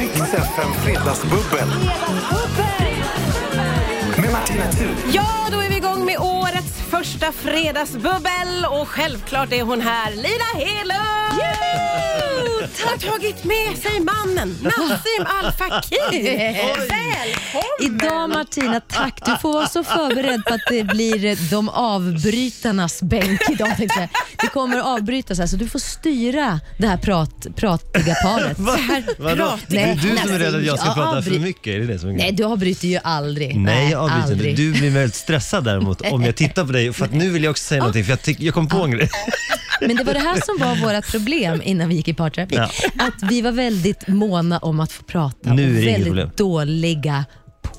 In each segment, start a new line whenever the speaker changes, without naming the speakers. Rix FM Fredagsbubbel med Martina Thun.
Ja, då är vi igång med årets första fredagsbubbel och självklart är hon här, Lina Hedlund! Har tagit med sig mannen, Nassim Al Fakir.
Idag Martina, tack. Du får vara så förberedd på att det blir eh, de avbrytarnas bänk idag. tänkte jag. Det kommer att avbrytas här, så du får styra det här prat, pratiga paret.
Va? Vadå? Det är du som är rädd att jag ska
Ja,
prata för
avbry-
mycket? Är det det som är
Nej, du avbryter ju aldrig.
Nej, jag avbryter inte.
aldrig.
Du blir väldigt stressad däremot om jag tittar på dig. För att nu vill jag också säga någonting, för jag, tyck- jag kom på en grej.
Men det var det här som var vårt problem innan vi gick i parterapi.
Ja.
Att vi var väldigt måna om att få prata
Nu är det
och
inget
väldigt
problem.
dåliga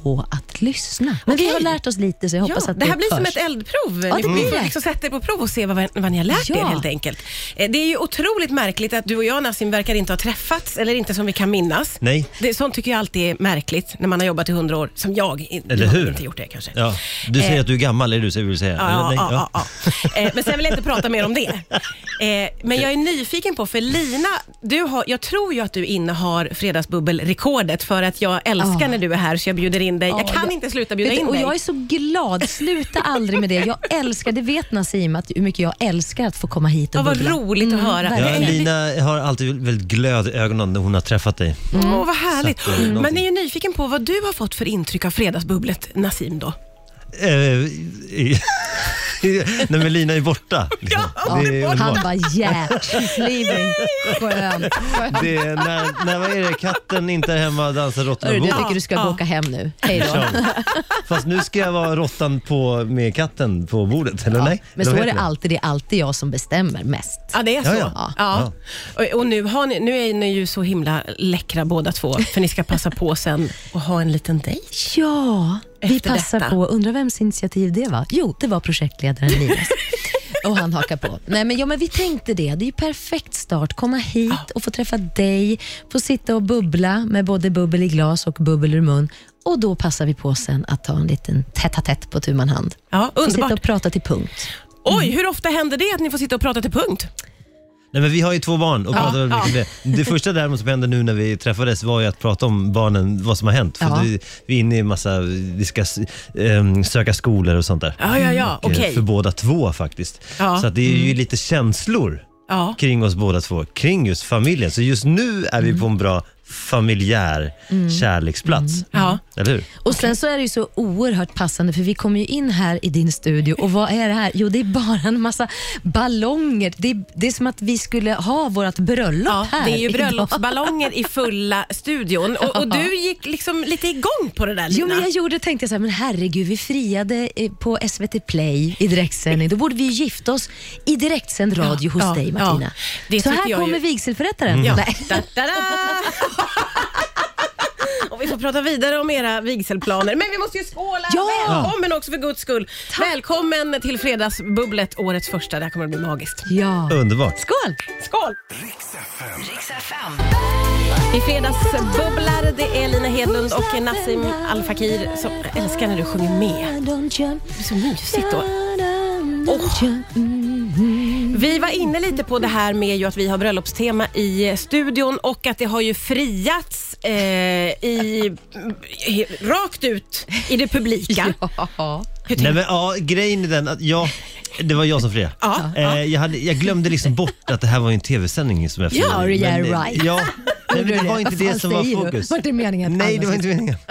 på att lyssna. Men vi
Okej.
har lärt oss lite så jag hoppas
Ja,
att
det här blir som
hörs.
ett eldprov.
Ja,
ni
det
får
blir
ju
det.
liksom sätta er på prov och se vad, vad ni har lärt er
Ja.
helt enkelt. Eh, Det är ju otroligt märkligt att du och jag Nassim verkar inte ha träffats, eller inte som vi kan minnas.
Nej.
Det, sånt tycker jag alltid är märkligt när man har jobbat i hundra år, som jag. In- du
Eller
har
hur?
inte gjort det kanske.
Ja. Du säger att du är gammal, är det du som vill säga?
Ja,
Eller nej?
ja, ja, ja. Eh, Men sen vill jag inte prata mer om det. Eh, Men jag är nyfiken på, för Lina, du har, jag tror ju att du innehar fredagsbubbelrekordet för att jag älskar
Ja.
när du är här så jag bjuder in dig. jag
Ah. Ja,
kan
jag-
inte sluta bjuda
Vet du,
in
och
dig.
jag är så glad. Sluta aldrig med det. Jag älskar, det vet Nassim, att hur mycket jag älskar att få komma hit och
Ja, vad
bubbla.
roligt att höra. Eh,
verkligen.
Ja, Lina har alltid väldigt glöd i ögonen när hon har träffat dig.
Åh, vad härligt.
Så att det är
Man är
någonting.
ju nyfiken på vad du har fått för intryck av fredagsbubblet, Nassim då.
Eh, i- Nej men Lina är borta. Liksom. det är
Han
underbart.
bara yeah, she's leaving. Skönt.
Det är när, när vad är det? katten inte är hemma dansar råttan
Hörru, du,
på.
jag tycker du ska
Ja.
gå åka hem nu. Hej då.
Fast nu ska jag vara råttan på, med katten på bordet, eller nej?
Men så är
Eller vad
det
heter
alltid. Det är alltid jag som bestämmer mest.
Ja, det är så.
Ja,
ja.
ja.
Och, och nu, har ni, nu är ni ju så himla läckra båda två, för ni ska passa på sen och ha en liten dejt.
Ja, vi
Efter
passar
detta.
på. Undrar vems initiativ det var? Jo, det var projektledaren Linus. Och han hakar på. Nej, men, ja, men vi tänkte det. Det är ju perfekt start. Komma hit och få träffa dig, få sitta och bubbla med både bubbel i glas och bubbel ur mun. Och då passar vi på sen att ta en liten tätt-tätt på tu man hand.
Ja,
Få sitta
underbart.
och prata till punkt.
Oj, hur ofta händer det att ni får sitta och prata till punkt?
Nej, men vi har ju två barn och pratar väldigt mycket om det. Det första däremot som hände nu när vi träffades var ju att prata om barnen, vad som har hänt. För
Ja.
vi, vi är inne i massa, vi ska ehm, söka skolor och sånt där.
Ja, ja, ja,
Eh,
Mm, okej.
För båda två faktiskt.
Ja.
Så att det är ju lite känslor
Ja.
kring oss båda två, kring just familjen. Så just nu är vi på en bra familjär kärleksplats.
Ja.
Eller hur?
Och Sen så är det ju så oerhört passande, för vi kommer ju in här i din studio och vad är det här? Jo, det är bara en massa ballonger. Det är, det är som att vi skulle ha vårt bröllop
Ja,
här
det är ju
idag.
bröllopsballonger i fulla studion och, och du gick liksom lite igång på det där Lina.
Jo, men jag gjorde tänkte jag så här, men herregud, vi friade eh, på SVT Play i direktsändning. Då borde vi ju gifta oss i direktsänd radio hos
ja,
dig, Martina.
ja. Det
så
tycker
här
jag
kommer
ju- Mm.
vigselförrättaren.
Ja.
Nej.
Da, da, da. Och vi får prata vidare om era vigselplaner. Men vi måste ju skåla!
Ja!
Välkommen också för guds skull. Välkommen till Fredagsbubblet, årets första. Det här kommer att bli magiskt.
Ja.
Underbart.
Skål!
Skål!
Rix FM,
I Fredagsbubblar, det är Lina Hedlund och Nassim Al Fakir som jag älskar när du sjunger med. Det är så mysigt då. Vi var inne lite på det här med ju att vi har bröllopstema i studion och att det har ju friats eh, i, i, rakt ut i det publika.
Ja.
Hur
Nej,
tänker
men, ja, grejen är den att jag, det var jag som friade.
Ja.
eh, jag, hade, jag glömde liksom bort att det här var ju en tv-sändning som jag friade.
Ja, yeah,
Men, eh,
right.
Ja, nej, men det var
Vad
inte det
fan
som var
säger du?
fokus.
Var det meningen att
Nej,
alla
det var
skulle-
inte meningen.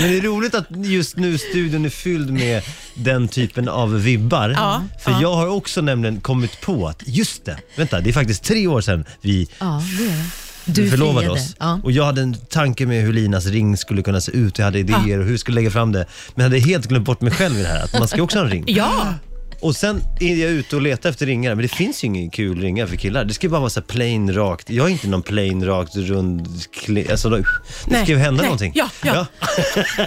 Men det är roligt att just nu studion är fylld med den typen av vibbar.
Ja,
för jag har också nämligen kommit på att, just det, vänta, det är faktiskt tre år sedan vi
Ja, det är det. Du
förlovade
friade.
oss.
Ja.
Och jag hade en tanke med hur Linas ring skulle kunna se ut, jag hade
Ah.
idéer och hur vi skulle lägga fram det. Men jag hade helt glömt bort mig själv i det här, att man ska också ha en ring.
Ja,
Och sen är jag ute och letar efter ringar, men det finns ju ingen kul ringar för killar. Det ska ju bara vara så här plain rakt. Jag är inte någon plain rakt rund... Kli, alltså, då- det
Nej,
ska ju hända
nej.
någonting.
Ja, ja.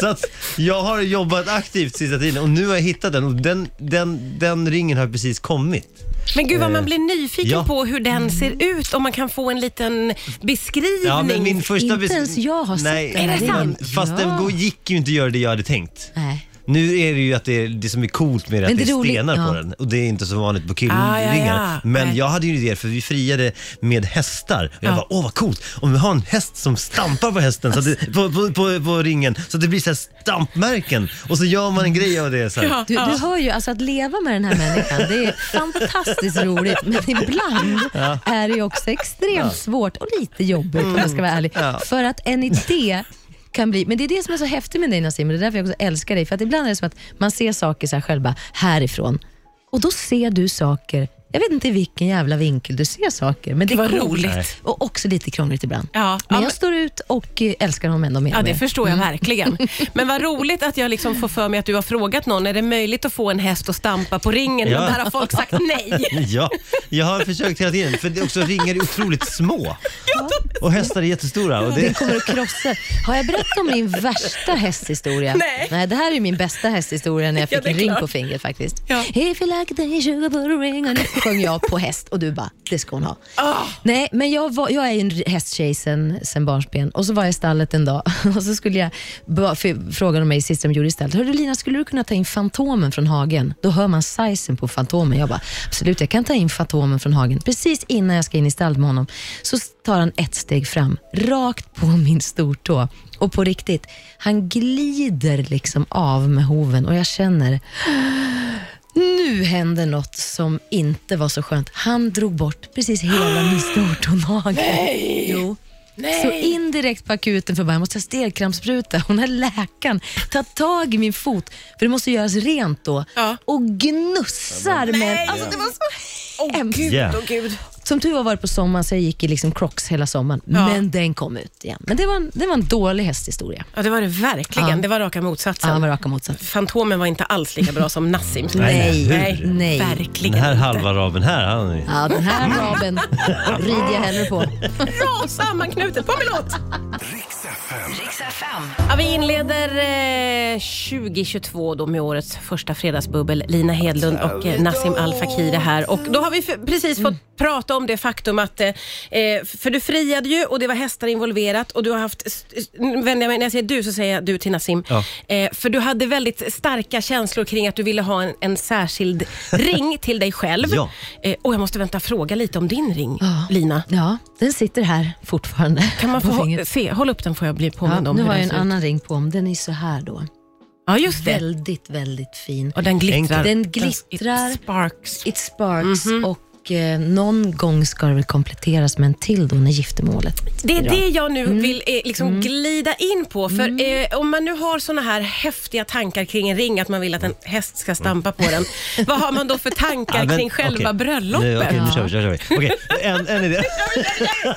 så att jag har jobbat aktivt sista tiden och nu har jag hittat den och den, den, den ringen har precis kommit.
men gud vad man blir nyfiken
ja.
på hur den ser ut om man kan få en liten beskrivning.
Ja, men min första
Inte ens jag har sett
nej,
den här
men-
ringen.
Fast
Ja.
den gick ju inte att göra det jag hade tänkt.
Nej.
Nu är det ju att det, är, det som är coolt med det är
Men
att det
det
är
roligt-
stenar på
ja.
den och det är inte så vanligt på
Ah, ja,
killringar.
ja.
Men
Nej.
jag hade ju en idé för vi friade med hästar och jag
Ja.
bara, åh vad coolt om vi har en häst som stampar på hästen så att det, på, på, på, på ringen så att det blir så här stampmärken och så gör man en grej av det. Så här.
Ja.
Du, du hör ju, alltså att leva med den här människan, det är fantastiskt roligt, men ibland är det ju också extremt svårt och lite jobbigt om jag ska vara ärlig. För att en idé kan bli, men det är det som är så häftigt med dig Nassim, och det är därför jag också älskar dig. För att ibland är det som att man ser saker så här själva härifrån och då ser du saker, jag vet inte i vilken jävla vinkel du ser saker, men det är
Vad
coolt.
roligt. Nej.
Och också lite krångligt ibland.
Ja, ja,
men
men-
jag står ut och eh, älskar honom ändå mer
Ja,
och
det
mer.
förstår jag verkligen. Men vad roligt att jag liksom får för mig att du har frågat någon, är det möjligt att få en häst att stampa på ringen?
Ja.
Och där har folk sagt nej.
Ja, jag har försökt hela tiden för det är också ringar är otroligt små och hästar är jättestora. Och
Den
det,
kommer att krossa. Har jag berättat om min värsta hästhistoria?
Nej.
det här är min bästa hästhistoria när jag
Ja,
fick
det är
en ring
klart.
på fingret faktiskt.
Ja.
If you like the sugar put a ring on it, sjöng jag på häst och du bara, det ska hon ha. Nej, men jag, var, jag är ju en hästtjej sen, sen barnsben och så var jag i stallet en dag och så skulle jag, ba- f- frågade de mig sist de gjorde i stallet, hörru Lina, skulle du kunna ta in Fantomen från hagen? Då hör man sizen på Fantomen. Jag bara, absolut, jag kan ta in Fantomen från hagen. Precis innan jag ska in i stallet med honom så tar han ett steg fram, rakt på min stortå. Och på riktigt, han glider liksom av med hoven och jag känner, nu hände något som inte var så skönt. Han drog bort precis hela min stortånagel. Nej! Jo. Så indirekt på akuten för bara, jag måste ha stelkrampsspruta. Hon har läkaren tagit tag i min fot, för det måste göras rent då,
Ja.
och gnussar med... Alltså, det var så hemskt.
Ja.
gud.
Som tur var var det på sommaren, så jag gick i liksom crocs hela sommaren.
Ja.
Men den kom ut igen. Men det var en, det var en dålig hästhistoria.
Ja, det var det verkligen.
Ja.
Det var raka
Ja,
motsatsen.
han var raka motsatsen.
Fantomen var inte alls lika bra som Nassim.
Nej, nej,
nej,
hur?
Nej.
den
verkligen
här
inte.
halva raben här, han är
Ja, den här raben rider jag hellre på.
Bra sammanknutet, på med låt!
Riks FM.
Ja, vi inleder eh, 2022 då med årets första fredagsbubbel. Lina Hedlund och eh, Nassim Al Fakir är här. Och då har vi f- precis
Mm.
fått prata om det faktum att, eh, eh, för du friade ju och det var hästar involverat och du har haft, s- s- nu vänder jag mig, när jag säger du så säger jag du till Nassim.
Ja.
Eh, för du hade väldigt starka känslor kring att du ville ha en, en särskild ring till dig själv.
Ja.
Eh, och jag måste vänta fråga lite om din ring, Lina.
Ja, den sitter här fortfarande.
Kan man
på
få hå-
fingret.
se? Håll upp den får jag bli
Ja,
påmind om
nu
hur
har jag
den
en
ser ut.
annan ring på om. Den är så här då.
Ja, just det.
Väldigt, väldigt fin.
Och den glittrar.
Enkel.
Den glittrar.
It sparks.
It sparks
Mhm.
och eh, någon gång ska det väl kompletteras med en till då när giftermålet.
Det är det jag nu
Mm.
vill eh, liksom glida in på. För eh, om man nu har såna här häftiga tankar kring en ring, att man vill att en häst ska stampa på den. Vad har man då för tankar
Ja, men,
kring själva
okej.
bröllopet?
Nu, okej, nu kör vi, kör, vi, kör vi. Okej, en, en idé.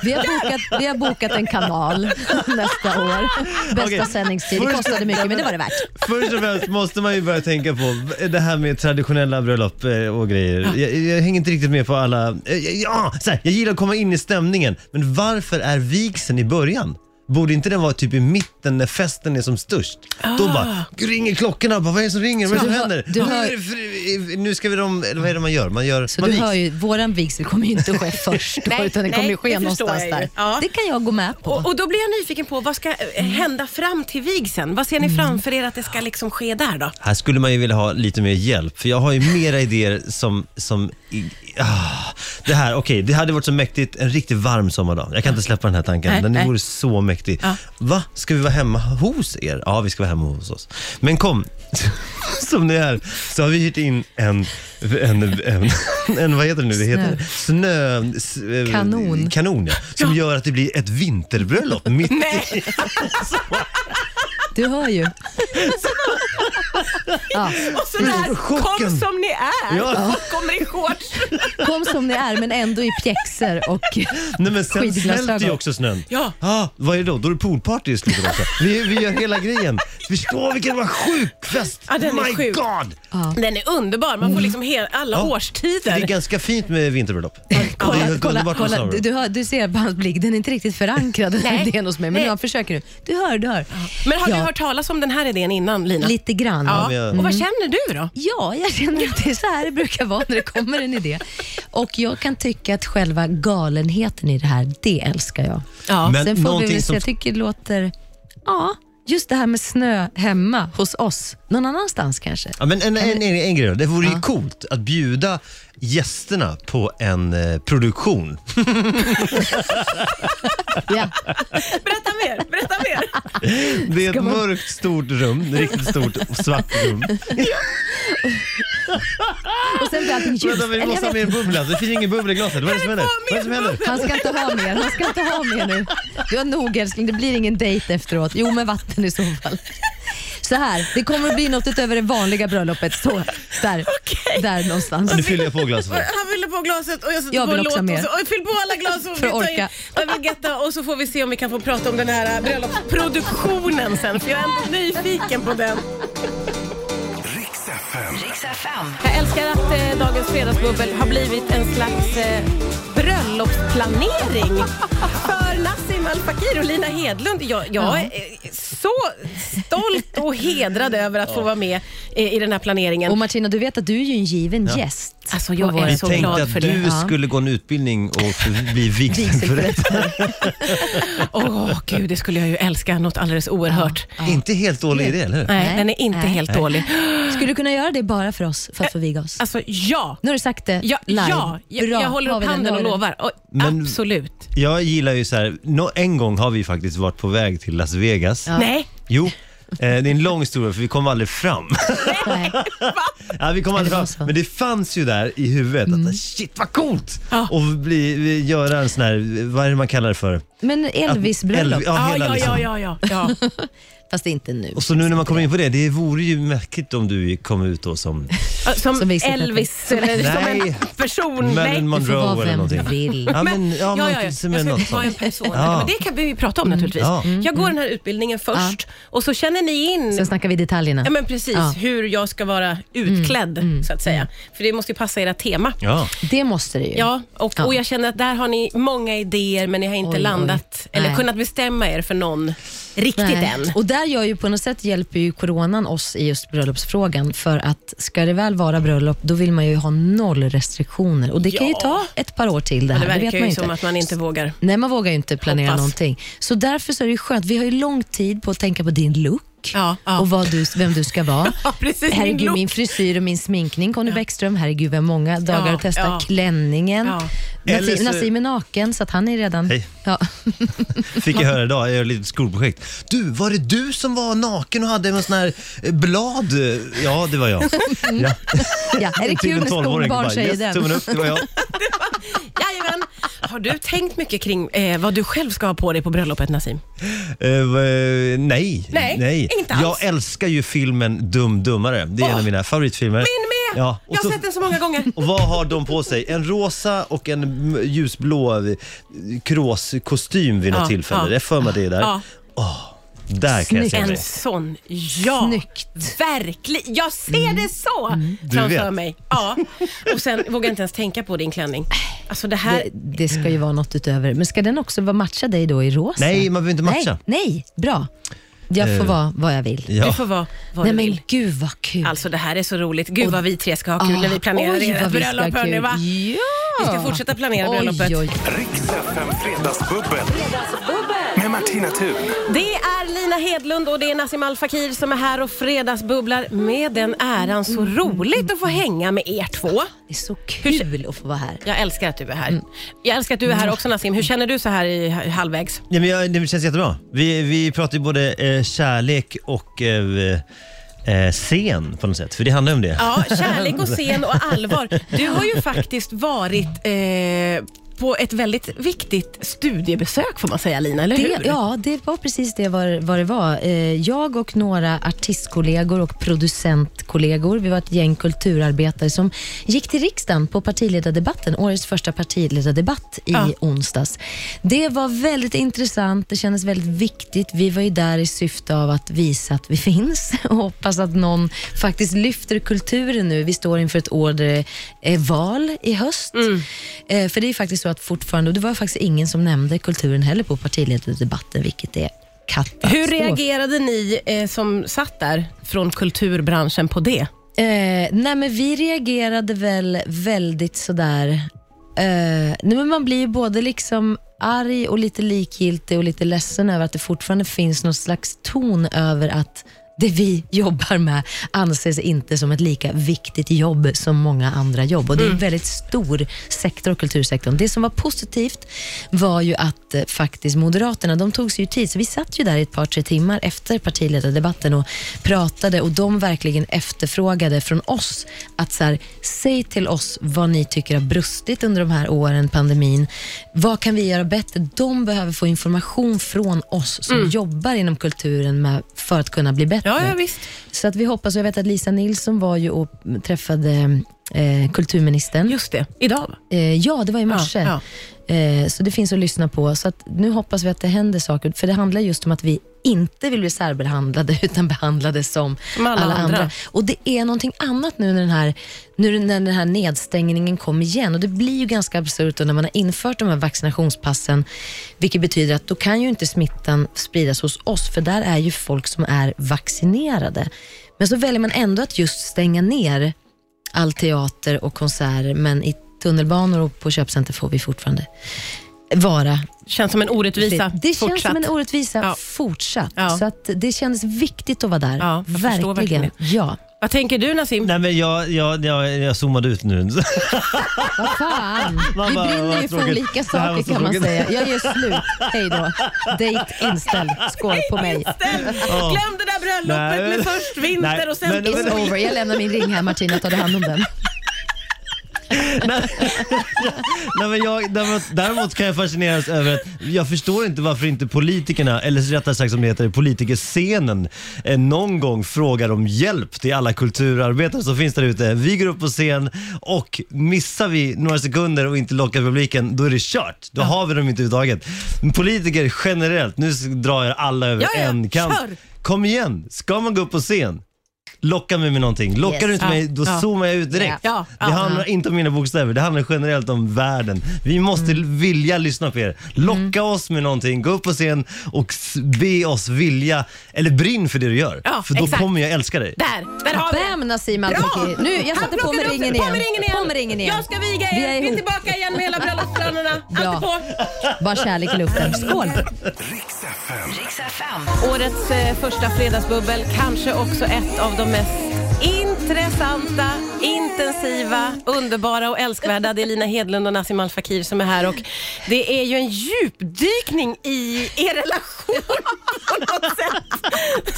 Vi har bokat, vi har bokat en kanal nästa år. Bästa
Okej.
sändningstid. Det kostade mycket men det var det värt.
Först och främst måste man ju börja tänka på det här med traditionella bröllop eh, och grejer. Jag, jag hänger inte riktigt med på alla... eh, Ja, så här, jag gillar att komma in i stämningen, men varför är vigseln i början? Borde inte den vara typ i mitten när festen är som störst? Då bara ringer klockorna, bara, vad är det som ringer? Vad är det
Ah.
som
Du hör-
händer?
du
Nu
hör-
är det fri- Nu ska vi de... eller Vad är det man gör? Man gör...
Så
man
du
vigs.
hör ju, våran vigsel kommer ju inte att ske först då,
Nej,
utan det
nej,
kommer ju
det
ske
förstår
någonstans
jag ju.
där.
Ja.
Det kan jag gå med på.
Och, och då blir jag nyfiken på vad ska eh,
Mm.
hända fram till vigseln? Vad ser ni framför er att det ska liksom ske där då?
Här skulle man ju vilja ha lite mer hjälp, för jag har ju mera idéer som... som i- ah, det här, okej, det hade varit så mäktigt en riktigt varm sommardag. Jag kan inte släppa den här tanken.
Nej,
den
nej.
vore så mäktig.
Ja.
Va? Ska vi vara hemma hos er? Ja, vi ska vara hemma hos oss. Men kom, som ni är, så har vi hyrt in en... En, en, en vad heter det nu? Det heter snö... s- eh,
Kanon.
Kanon, ja. Som gör att det blir ett vinterbröllop mitt i
Nej,
Du hör ju. ja.
och så där,
Chocken.
kom som ni är
Ja.
och kommer i shorts.
Kom som ni är men ändå i pjäxor och
Nej men sen
Skidglasögon.
smälter ju också snön.
Ja.
Ah, vad är det då? Då är det poolparty i slutet också. Vi, vi gör hela grejen. Förstå vilken var sjuk fest!
Ja, den är
My
sjuk.
God!
Den är underbar, man får liksom he- alla
Mm. Ja, för
årstider.
Det är ganska fint med vinterbröllop. det är
Kolla,
helt
kolla,
underbart med
kolla.
snö.
Du, du, hör, du ser på hans blick, den är inte riktigt förankrad den här
Nej.
idén hos mig. Men
Nej.
nu, han försöker nu. Du hör, du hör.
Men har
ja,
du hört talas om den här idén innan Lina?
Lite grann.
Ja.
Ja.
men jag-
Och vad känner du då?
jag känner att det är så här det brukar vara när det kommer en idé. Och jag kan tycka att själva galenheten i det här, det älskar jag.
Ja.
Men
Sen får vi
någonting
väl se,
som-
jag tycker det låter... Ja, just det här med snö hemma hos oss, någon annanstans kanske.
Ja, men en, en, en, en grej då. Det vore ju coolt att bjuda gästerna på en eh, produktion.
Ja.
Berätta mer, berätta mer.
Det är ett mörkt stort rum, ett riktigt stort svart rum.
Och sen blir allting ljust.
Vänta,
Eller
vi
jag
måste ha
vet
mer bubbla. Det finns ingen bubbla i glaset. Vad är det som händer? Vad är det som händer?
Han ska inte ha mer, han ska inte ha mer nu. Du har nog älskling, det blir ingen dejt efteråt. Jo, med vatten i så fall. Så här, det kommer att bli något utöver det vanliga bröllopet. Så, där, där någonstans.
Nu fyller jag på glaset.
Han fyller på glaset och jag sätter
Jag
på
vill
en
också
låt.
ha mer.
Och så, och fyll på alla glas och vi
För att
tar in
orka.
Vavegetta och så får vi se om vi kan få prata om den här eh, bröllopsproduktionen sen. För jag är ändå nyfiken på den.
Riks FM.
Rix FM.
Jag älskar att eh, dagens fredagsbubbel har blivit en slags eh, bröllopsplanering för Nassim Al Fakir och Lina Hedlund. Jag, jag är eh, så stolt och hedrad över att få vara med eh, i den här planeringen.
Och Martina, du vet att du är ju en given gäst.
Alltså, jag
på vår-
är
Vi
så
tänkte
glad
att
för det.
du
Ja.
skulle gå en utbildning och bli vigselförrättare.
vigselförrättare.
Åh gud, det skulle jag ju älska något alldeles oerhört.
Inte helt dålig idé, eller hur?
Nej,
Nej.
den är inte
Nej.
helt dålig.
Skulle du kunna göra det bara för oss, för att få viga oss?
Alltså ja!
Nu har du sagt det
Ja,
live.
ja. Jag,
Bra,
jag håller
har
upp
vi den,
handen
har
och
vi den.
lovar. Och,
Men-
absolut.
Jag gillar ju så här, nå- en gång har vi faktiskt varit på väg till Las Vegas.
Nej,
Jo, eh, det är en lång historia för vi kom aldrig fram.
Nej.
ja, vi kom aldrig
det
fram.
var så.
Men det fanns ju där i huvudet att shit vad coolt!
Mm. Ja.
Och bli, vi- göra en sån här, vad är det man kallar det för?
Men Elvis bröllop,
Elvi- ja,
ja,
hela
ja,
liksom.
ja, ja, ja, ja.
fast inte nu.
Och så nu när man kommer in på det, det vore ju märkligt om du kom ut då som
Som,
Som Vincent
Elvis, eller som
Nej.
en person.
Marilyn
Nej.
Du får
Monroe
vara
eller
vem du
någonting.
vill.
Ja, men, ja,
Ja,
men,
ja, ja. Jag
som är
ska
något
vara en
sånt.
person.
Ja.
Men det kan vi ju prata
Mm.
om naturligtvis.
Ja.
Jag går den här utbildningen först och så känner ni in
Sen snackar vi detaljerna.
Ja, men precis,
Ja. Mm.
hur jag ska vara utklädd, så att säga. För det måste ju passa era tema.
Ja.
Det måste det ju.
Ja, och,
Ja.
och jag känner att där har ni många idéer men ni har inte
Oj, oj.
landat eller
Nej.
kunnat bestämma er för någon riktigt
Nej.
än.
Och där gör ju på något sätt hjälper ju coronan oss i just bröllopsfrågan för att ska det väl vara bröllop då vill man ju ha noll restriktioner och det kan ju
Ja.
ta ett par år till det här.
Det verkar
vet man
ju
inte.
som att man inte vågar.
Nej, man vågar ju inte planera
Hoppas.
någonting. Så därför så är det ju skönt. Vi har ju lång tid på att tänka på din look
Ja, ja.
och vad du, vem du ska vara.
Ja, precis, min
herregud,
look.
min frisyr och min sminkning. Conny Bäckström, herregud, vi har många dagar
Ja,
att testa.
ja.
Klänningen.
Ja.
Eller
Nassim,
så-
Nassim är naken, så att han är redan...
Hej.
Ja.
Fick jag höra idag, jag gör ett litet skolprojekt. Du, var det du som var naken och hade en sån här eh, blad? Ja, det var jag.
Mm.
Ja.
ja. Är det
Till
kul
en
när
12-åring
skolbarn
bara,
säger
yes,
den?
Tummen upp, det var jag.
Jajamän. Har du tänkt mycket kring eh, vad du själv ska ha på dig på bröllopet Nassim?
Eh, v- nej.
Nej, inte alls.
Jag älskar ju filmen Dum Dummare. Det är en
Åh.
av mina favoritfilmer.
Min med!
Ja, och
jag har
så-
sett den så många gånger.
Och vad har de på sig? En rosa och en m- ljusblå eh, kråskostym vid något
Ja,
tillfälle.
ja.
Det är för mig att det är där.
Ja.
Där kan jag se
En
mig.
sån, ja.
Snyggt. Mm.
Verkligen. Jag ser det så
Du
framför
vet.
mig. Ja. Och sen vågar jag inte ens tänka på din klänning. Alltså det här,
Det, det ska ju vara något utöver. Men ska den också vara- matcha dig då i rosa?
Nej, man behöver inte matcha.
Nej, nej. bra. Jag får
Eh,
vara vad jag vill.
Ja.
du får vara vad
Nej
du
men
vill.
gud vad kul.
Alltså det här är så roligt. Gud vad vi tre ska ha kul
Ah,
när vi planerar
oj,
ert
vad vi ska ha
bröllop hörni
kul.
va?
Ja.
Vi ska fortsätta planera
oj,
bröllopet.
Oj,
Riks FM Fredagsbubbel. Med Martina Thun.
Det är Lina Hedlund och det är Nassim Al Fakir som är här och fredagsbubblar med den äran. Så roligt att få hänga med er två.
Det är så kul att få vara här.
Jag älskar att du är här. Jag älskar att du är här också Nassim. Hur känner du så här i halvvägs?
Ja, men jag, det känns jättebra. Vi, vi pratar ju både eh, kärlek och eh, eh, scen på något sätt, för det handlar ju om det.
Ja, kärlek och scen och allvar. Du har ju faktiskt varit eh, på ett väldigt viktigt studiebesök får man säga Lina, eller
Det,
hur?
ja, det var precis det var, vad det var. Eh, Jag och några artistkollegor och producentkollegor, vi var ett gäng kulturarbetare som gick till riksdagen på partiledardebatten, årets första partiledardebatt i
Ja.
onsdags. Det var väldigt intressant, det kändes väldigt viktigt. Vi var ju där i syfte av att visa att vi finns och hoppas att någon faktiskt lyfter kulturen nu. Vi står inför ett år där det är val i höst. Eh, För det är ju faktiskt så att fortfarande, och det var faktiskt ingen som nämnde kulturen heller på partiledardebatten, vilket är katastrof.
Hur reagerade ni eh, som satt där från kulturbranschen på det?
Eh, nej men vi reagerade väl väldigt sådär... Eh, nej men man blir ju både liksom arg och lite likgiltig och lite ledsen över att det fortfarande finns någon slags ton över att det vi jobbar med anses inte som ett lika viktigt jobb som många andra jobb. Och Det är en väldigt stor sektor, och kultursektorn. Det som var positivt var ju att eh, faktiskt Moderaterna, de tog sig ju tid, så vi satt ju där i ett par, tre timmar efter partiledardebatten och pratade och de verkligen efterfrågade från oss att så här, säg till oss vad ni tycker har brustit under de här åren, pandemin. Vad kan vi göra bättre? De behöver få information från oss som jobbar inom kulturen med, för att kunna bli bättre.
Mm. Ja, ja, visst.
Så att vi hoppas, och jag vet att Lisa Nilsson var ju och träffade eh, kulturministern.
Just det, idag va?
Eh, ja, det var i morse.
Ja,
Eh, så det finns att lyssna på. Så att nu hoppas vi att det händer saker, för det handlar just om att vi inte vill bli särbehandlade utan behandlade som,
Som alla andra.
Och det är någonting annat nu när den här, nu när den här nedstängningen kom igen och det blir ju ganska absurt då när man har infört de här vaccinationspassen, vilket betyder att då kan ju inte smittan spridas hos oss, för där är ju folk som är vaccinerade. Men så väljer man ändå att just stänga ner all teater och konserter, men i tunnelbanor och på köpcenter får vi fortfarande vara
Känns som en orättvisa.
det känns
fortsatt.
som en orättvisa
Ja.
fortsatt.
Ja,
Så att det kändes viktigt att vara där.
Ja, jag förstår
verkligen.
verkligen
Ja.
Vad tänker du Nassim?
Nej men jag, jag, jag, jag zoomade ut nu.
Vad fan.
Vad
Vi
bara-
brinner
vad
ju för
tråkigt.
olika
Det här var
saker
så
kan man
tråkigt.
säga. Jag gör slut. Hej då. Dejt inställd. Skål på mig.
Glöm det där bröllopet
Nej,
med
men-
först vinter
Nej,
och sen
men-
kiss.
It's over. Jag lämnar min ring här Martina, tar du hand om den?
Nej, men jag, däremot, däremot kan jag fascineras över att jag förstår inte varför inte politikerna, eller rättare sagt som det heter, politikerscenen, eh, någon gång frågar om hjälp till alla kulturarbetare som finns där ute. Vi går upp på scen och missar vi några sekunder och inte lockar publiken, då är det kört. Då har vi dem inte överhuvudtaget. Politiker generellt, nu s- drar jag alla över
Ja, ja,
en kant.
kör.
Kom igen, ska man gå upp på scen? Locka mig med någonting. Lockar
Yes.
du inte
Ja,
mig, då
ja.
zoomar jag ut direkt.
Ja, ja.
Det handlar inte om mina bokstäver, det handlar generellt om världen. Vi måste
Mm.
vilja lyssna på er. Locka oss med någonting, gå upp på scen och s- be oss vilja, eller brinn för det du gör.
Ja,
för då
exakt.
kommer jag älska dig.
Där, där har vi det.
Bam Nassim Al Fakir. Nu, jag
Han
satte på mig
plockade upp-
ringen
På
igen.
med ringen igen.
På med ringen igen.
Jag ska viga
Vi är
er. Vi är
ihop.
tillbaka igen med hela bröllopsplanerna.
Bra.
Allt på.
Bara kärlek i luften. Skål!
Riks FM.
Årets eh, första fredagsbubbel, kanske också ett av de mest intressanta, intensiva, underbara och älskvärda. Det är Lina Hedlund och Nassim Al Fakir som är här och det är ju en djupdykning i er relation på något sätt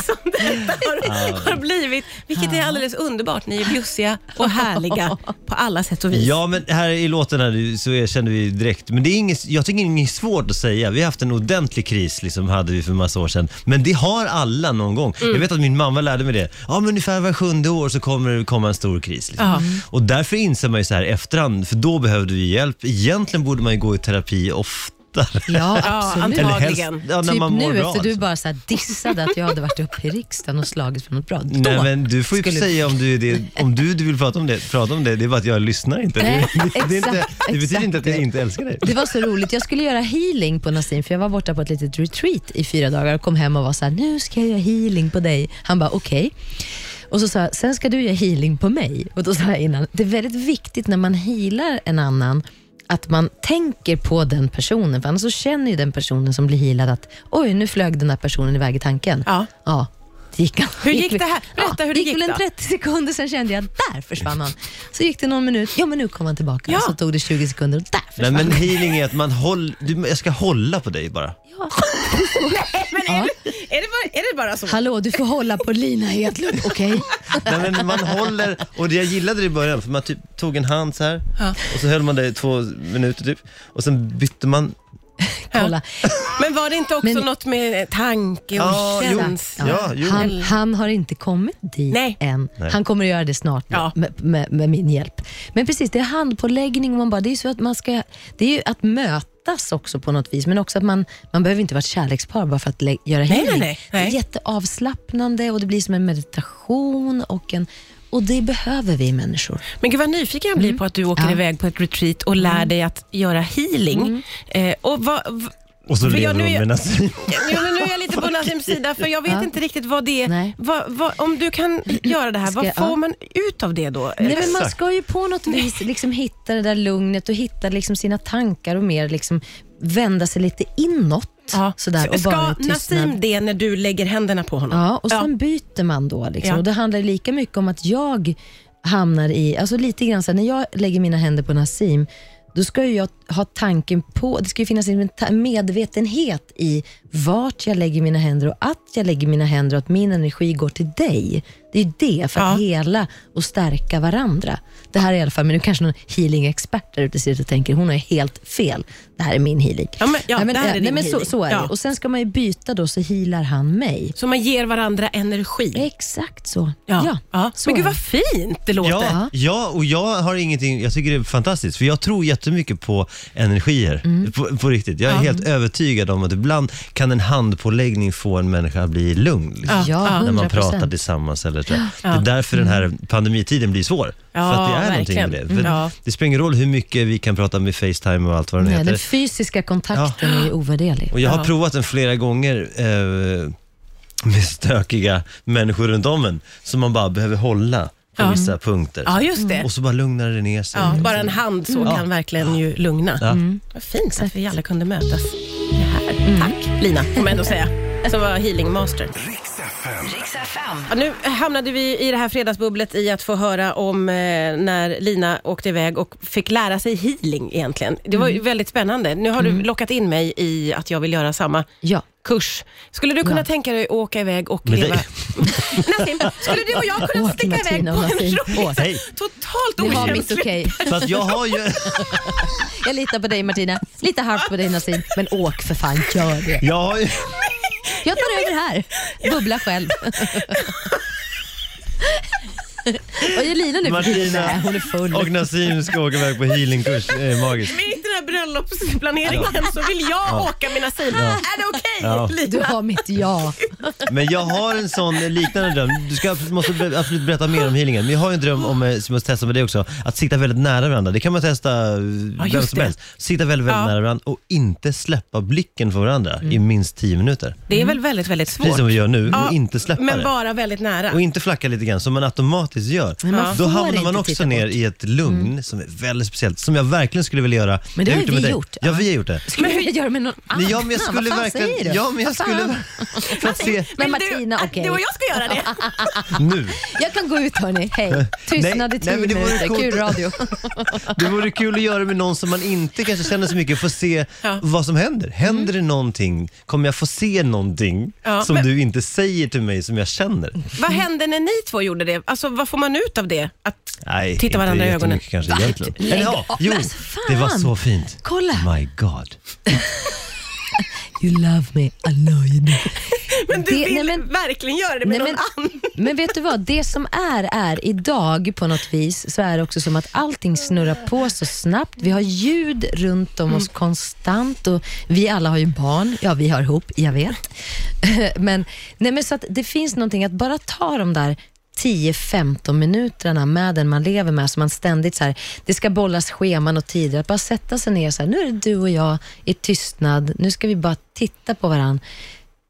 som detta har, har blivit. Vilket är alldeles underbart. Ni är bjussiga och härliga på alla sätt och vis.
Ja, men här i låten här så erkände vi direkt. Men det är inget, jag tycker inget är svårt att säga. Vi har haft en ordentlig kris, liksom hade vi för massa år sedan. Men det har alla någon gång.
Mm.
Jag vet att min mamma lärde mig det. Ja, men ungefär var sjunde år så kommer det komma en stor kris. Liksom.
Ja.
Och därför inser man ju så här i efterhand, för då behövde vi hjälp. Egentligen borde man ju gå i terapi oftare.
Ja,
Ja,
absolut.
Eller helst,
antagligen.
ja, när
typ
man mår
nu
bra.
efter du
alltså.
bara så här dissade att jag hade varit uppe i riksdagen och slagit för något bra. Då
Nej, men du får ju
skulle-
säga om du, är det, om du, du vill prata om det, prata om det. Det är bara att jag lyssnar inte. Det,
Nej,
det, det, är inte,
exakt,
det betyder inte att jag
exakt.
inte älskar dig.
Det var så roligt. Jag skulle göra healing på Nassim för jag var borta på ett litet retreat i fyra dagar och kom hem och var så här, nu ska jag göra healing på dig. Han bara, okej. Och så sa jag, sen ska du göra healing på mig. Och då sa jag innan, det är väldigt viktigt när man healar en annan att man tänker på den personen, för annars så känner ju den personen som blir healad att oj, nu flög den där personen iväg i tanken.
Ja.
ja det gick han.
Hur gick det här? Berätta hur det
gick
gick
väl en
då.
30 sekunder, sen kände jag där försvann han. Så gick det någon minut, ja men nu kom han tillbaka.
Ja.
Och så tog det 20 sekunder och där försvann
Nej, men healing är att man håller, du, jag ska hålla på dig bara.
Men är, det, är, det bara, är det bara så?
Hallå, du får hålla på Lina Hedlund, okej?
Nej, men man håller, och det jag gillade det i början, för man typ tog en hand så här och så höll man det i två minuter typ och sen bytte man.
Kolla.
Men var det inte också
Men-
något med tanke och
Ja, jo.
känsla?
Ja, jo.
han, han har inte kommit dit
Nej.
än.
Nej.
Han kommer att göra det snart
Ja.
med, med, med min hjälp. Men precis, det är handpåläggning och man bara, det är ju så att man ska, det är ju att mötas också på något vis, men också att man, man behöver inte vara ett kärlekspar bara för att lä- göra
nej,
healing.
nej,
Det är
nej.
jätteavslappnande och det blir som en meditation och en och det behöver vi människor.
Men gud vad nyfiken jag blir på att du åker
Mm. Ja. Mm.
iväg på ett retreat och lär dig att göra healing. Eh, och vad, v-
Och så
Men jag-
lever
nu
hon
är-
med Nassim.
nu, nu är jag lite på Nassims sida, för jag vet
Ja.
inte riktigt vad det
Nej.
är. Vad, vad, om du kan göra det här,
Ska
vad
jag-
får
ja.
man ut av det då?
Nej, men man
Exakt.
ska ju på något vis liksom hitta det där lugnet och hitta liksom sina tankar och mer liksom vända sig lite inåt. Sådär, och
Ska
bara i tystnad.
Nassim det när du lägger händerna på honom?
Ja, och sen byter man då. Liksom.
Ja.
Och det handlar lika mycket om att jag hamnar i, alltså lite grann så här, när jag lägger mina händer på Nassim, då ska ju jag ha tanken på, det ska ju finnas en ta- medvetenhet i vart jag lägger mina händer och att jag lägger mina händer och att min energi går till dig. Det är ju det, för att
Ja.
hela och stärka varandra. Det här är i alla fall, men nu kanske någon healing-expert där ute sitter och tänker, hon har ju helt fel. Det här är min healing.
Ja, men- ja,
nej,
det här är
nej,
din
men så,
healing.
så är det.
Ja.
Och sen ska man ju byta då, så healar han mig.
Så man ger varandra energi?
Exakt så.
Ja.
Ja, så
Men gud
är
vad fint det låter.
Ja, ja, och jag har ingenting, jag tycker det är fantastiskt för jag tror jättemycket på energier.
Mm.
På, på riktigt. Jag är helt övertygad om att ibland kan en handpåläggning få en människa att bli lugn. Liksom.
det. ja, 100%.
När man pratar tillsammans eller så. Det är därför den här pandemitiden blir svår.
Ja,
för att det är någonting med det.
verkligen.
För
Mm. Ja.
Det spelar ingen roll hur mycket vi kan prata med Facetime och allt vad det
Nej,
heter.
den fysiska kontakten är ju ovärderlig.
Och jag har
Ja.
provat den flera gånger eh, med stökiga människor runt om en som man bara behöver hålla på
Ja.
vissa punkter.
Ja, just det.
Mm.
Och så bara lugnar det ner sig.
Ja, bara en hand så kan verkligen ju lugna.
Mm. Ja.
Vad fint att vi alla kunde mötas. Det här. Tack Lina, får man ändå säga, som var healing master.
Riks FM.
Ja, nu hamnade vi i det här fredagsbubblet i att få höra om eh, när Lina åkte iväg och fick lära sig healing egentligen. Det var ju väldigt spännande. Nu har du lockat in mig i att jag vill göra samma
Ja.
kurs. Skulle du kunna
Ja.
tänka dig att åka iväg och
Men det-
leva... Nassim, skulle du och jag kunna
Åk,
sticka iväg
Martina och
på en
Nassim.
resa?
Åk.
Totalt
Du har mitt
okänsligt.
okej.
Så att jag har ju...
Jag litar på dig Martina, lite halvt på dig Nassim, men åk för fan, gör det.
Jag har ju
Jag tar över här, bubbla själv. Vad gör Lina nu för tiden?
Martina.
Nej, Hon är full.
och Nassim ska åka iväg på healingkurs. Det är magiskt.
Mitt i den här bröllopsplaneringen så vill jag åka med Nassim. Är det okej
Ja.
Du
Lina?
har mitt ja.
Men jag har en sån liknande dröm. Du ska, absolut- måste be- absolut berätta mer om healingen. Men jag har ju en dröm om, eh, som jag måste testa med dig också, att sitta väldigt nära varandra. Det kan man testa eh, vem
just
som
det.
helst. Sitta väldigt, väldigt
Ja.
nära varandra och inte släppa blicken från varandra i
Mm.
minst 10 minuter.
Det är väl väldigt, väldigt
Precis
svårt.
som vi gör nu,
Ja,
och inte släppa
Men
det.
vara väldigt nära.
Och inte flacka lite grann som man automatiskt gör.
Men man
Då
får typ
hamnar
inte
man
titta
också ner
bort.
i ett lugn som är väldigt speciellt, som jag verkligen skulle vilja göra.
Mm. Men det
Jag
har
har
ju
gjort
vi
med dig.
gjort.
Ja, vi har gjort det.
Skulle du vilja göra med någon annan?
Nej, ja, men jag skulle
Vad fan säger
verkligen...
du?
Ja, men jag
Vad fan?
skulle... För att se
Men
du,
Martina,
att
okej.
Du och jag ska göra det.
nu.
Jag kan gå ut hörni, hej. Tystnad i
Nej,
tio
men det vore
minuter,
coolt.
kul radio.
Det vore kul att göra det med någon som man inte kanske känner så mycket, för att se
Ja. Mm.
vad som händer. Händer det någonting? Kommer jag få se någonting
Ja,
som
men-
du inte säger till mig som jag känner?
Vad hände när ni två gjorde det? Alltså, vad får man ut av det? Att
Nej,
titta varandra i
inte
ögonen?
jättemycket kanske egentligen. Eller ja,
av.
jo,
Men alltså, fan.
det var så fint.
Kolla.
My God.
You love me, I know you do.
Men du
Det-
vill
nej, men-
verkligen göra det med
Nej,
någon annan.
Men vet du vad, det som är, är idag på något vis, så är det också som att allting snurrar på så snabbt. Vi har ljud runt om
Mm.
oss konstant och vi alla har ju barn. Ja, vi har ihop, jag vet. men, nej, men så att det finns någonting att bara ta de där 10-15 minuterna med den man lever med, så man ständigt så här, det ska bollas scheman och tider, att bara sätta sig ner så här, nu är det du och jag i tystnad, nu ska vi bara titta på varandra.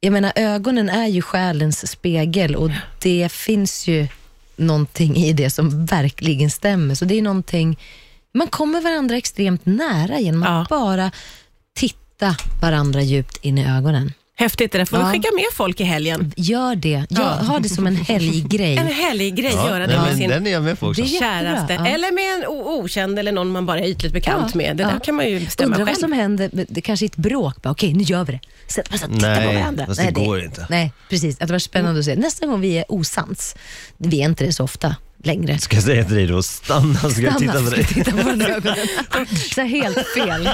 Jag menar, ögonen är ju själens spegel och det finns ju någonting i det som verkligen stämmer. Så det är någonting, man kommer varandra extremt nära genom att bara titta varandra djupt in i ögonen.
Häftigt är det. Får vi
Ja.
skicka med folk i helgen?
Gör det, jag har det som en
En
helggrej.
helggrej,
Ja,
göra
nej,
det med
men
sin
Den är jag med på också.
Det är jättebra,
käraste.
ja.
Eller med en o- okänd eller någon man bara är ytligt bekant
Ja,
med. Det där
ja.
kan man ju bestämma
Undrar
själv.
vad som händer, men det kanske är ett bråk, bara, okej nu gör vi det. Sätt oss och titta
Nej,
på varandra.
fast det går inte.
Nej, precis. Att det var spännande att se. Nästa gång vi är osams, vi är inte det så ofta längre.
Ska jag säga till dig då, stanna så ska jag titta på dig.
titta på varandra i ögonen. Så här helt fel.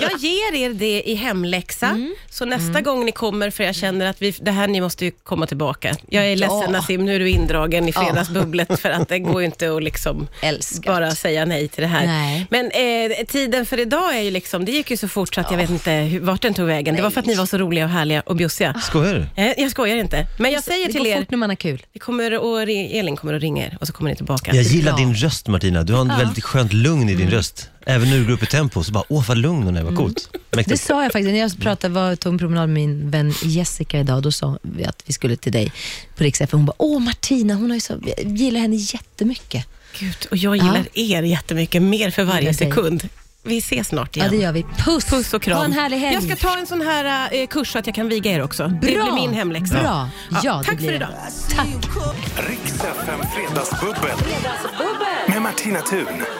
Jag ger er det i hemläxa,
Mm.
så nästa gång ni kommer, för jag känner att vi, det här ni måste ju komma tillbaka. Jag är ledsen
Ja.
Nassim, nu är du indragen i fredagsbubblet, för att det går ju inte att liksom
Älskat.
bara säga nej till det här.
Nej.
Men eh, tiden för idag är ju liksom, det gick ju så fort så att jag vet inte hur, vart den tog vägen. Det var för att ni var så roliga och härliga och bjussiga.
Skojar du?
Eh, Jag skojar inte, men jag säger
Ah. det
till
går
er,
fort när man har kul.
vi kommer och, ri- Elin kommer och ringer och så kommer ni tillbaka.
Jag gillar din röst Martina, du har en väldigt skönt lugn i din
Mm.
röst. Även när du går upp i tempo så bara, åh vad lugn hon är, vad coolt.
Det
Mäktigt.
sa jag faktiskt. När jag pratade, var, tog en promenad med min vän Jessica idag, då sa vi att vi skulle till dig på Rix FM. Hon bara, åh Martina, hon har ju så, jag gillar henne jättemycket.
Gud, och jag gillar er jättemycket, mer för varje
Gillar dig.
sekund. vi ses snart igen.
Ja, det gör vi. Puss!
Puss och kram.
Ha en härlig helg.
Jag ska ta en sån här eh, kurs så att jag kan viga er också. Det blir min hemläxa.
Bra. Ja,
Ja,
det
tack
blir
för
det.
idag.
Riks FM Fredagsbubbel. Med Martina Thun.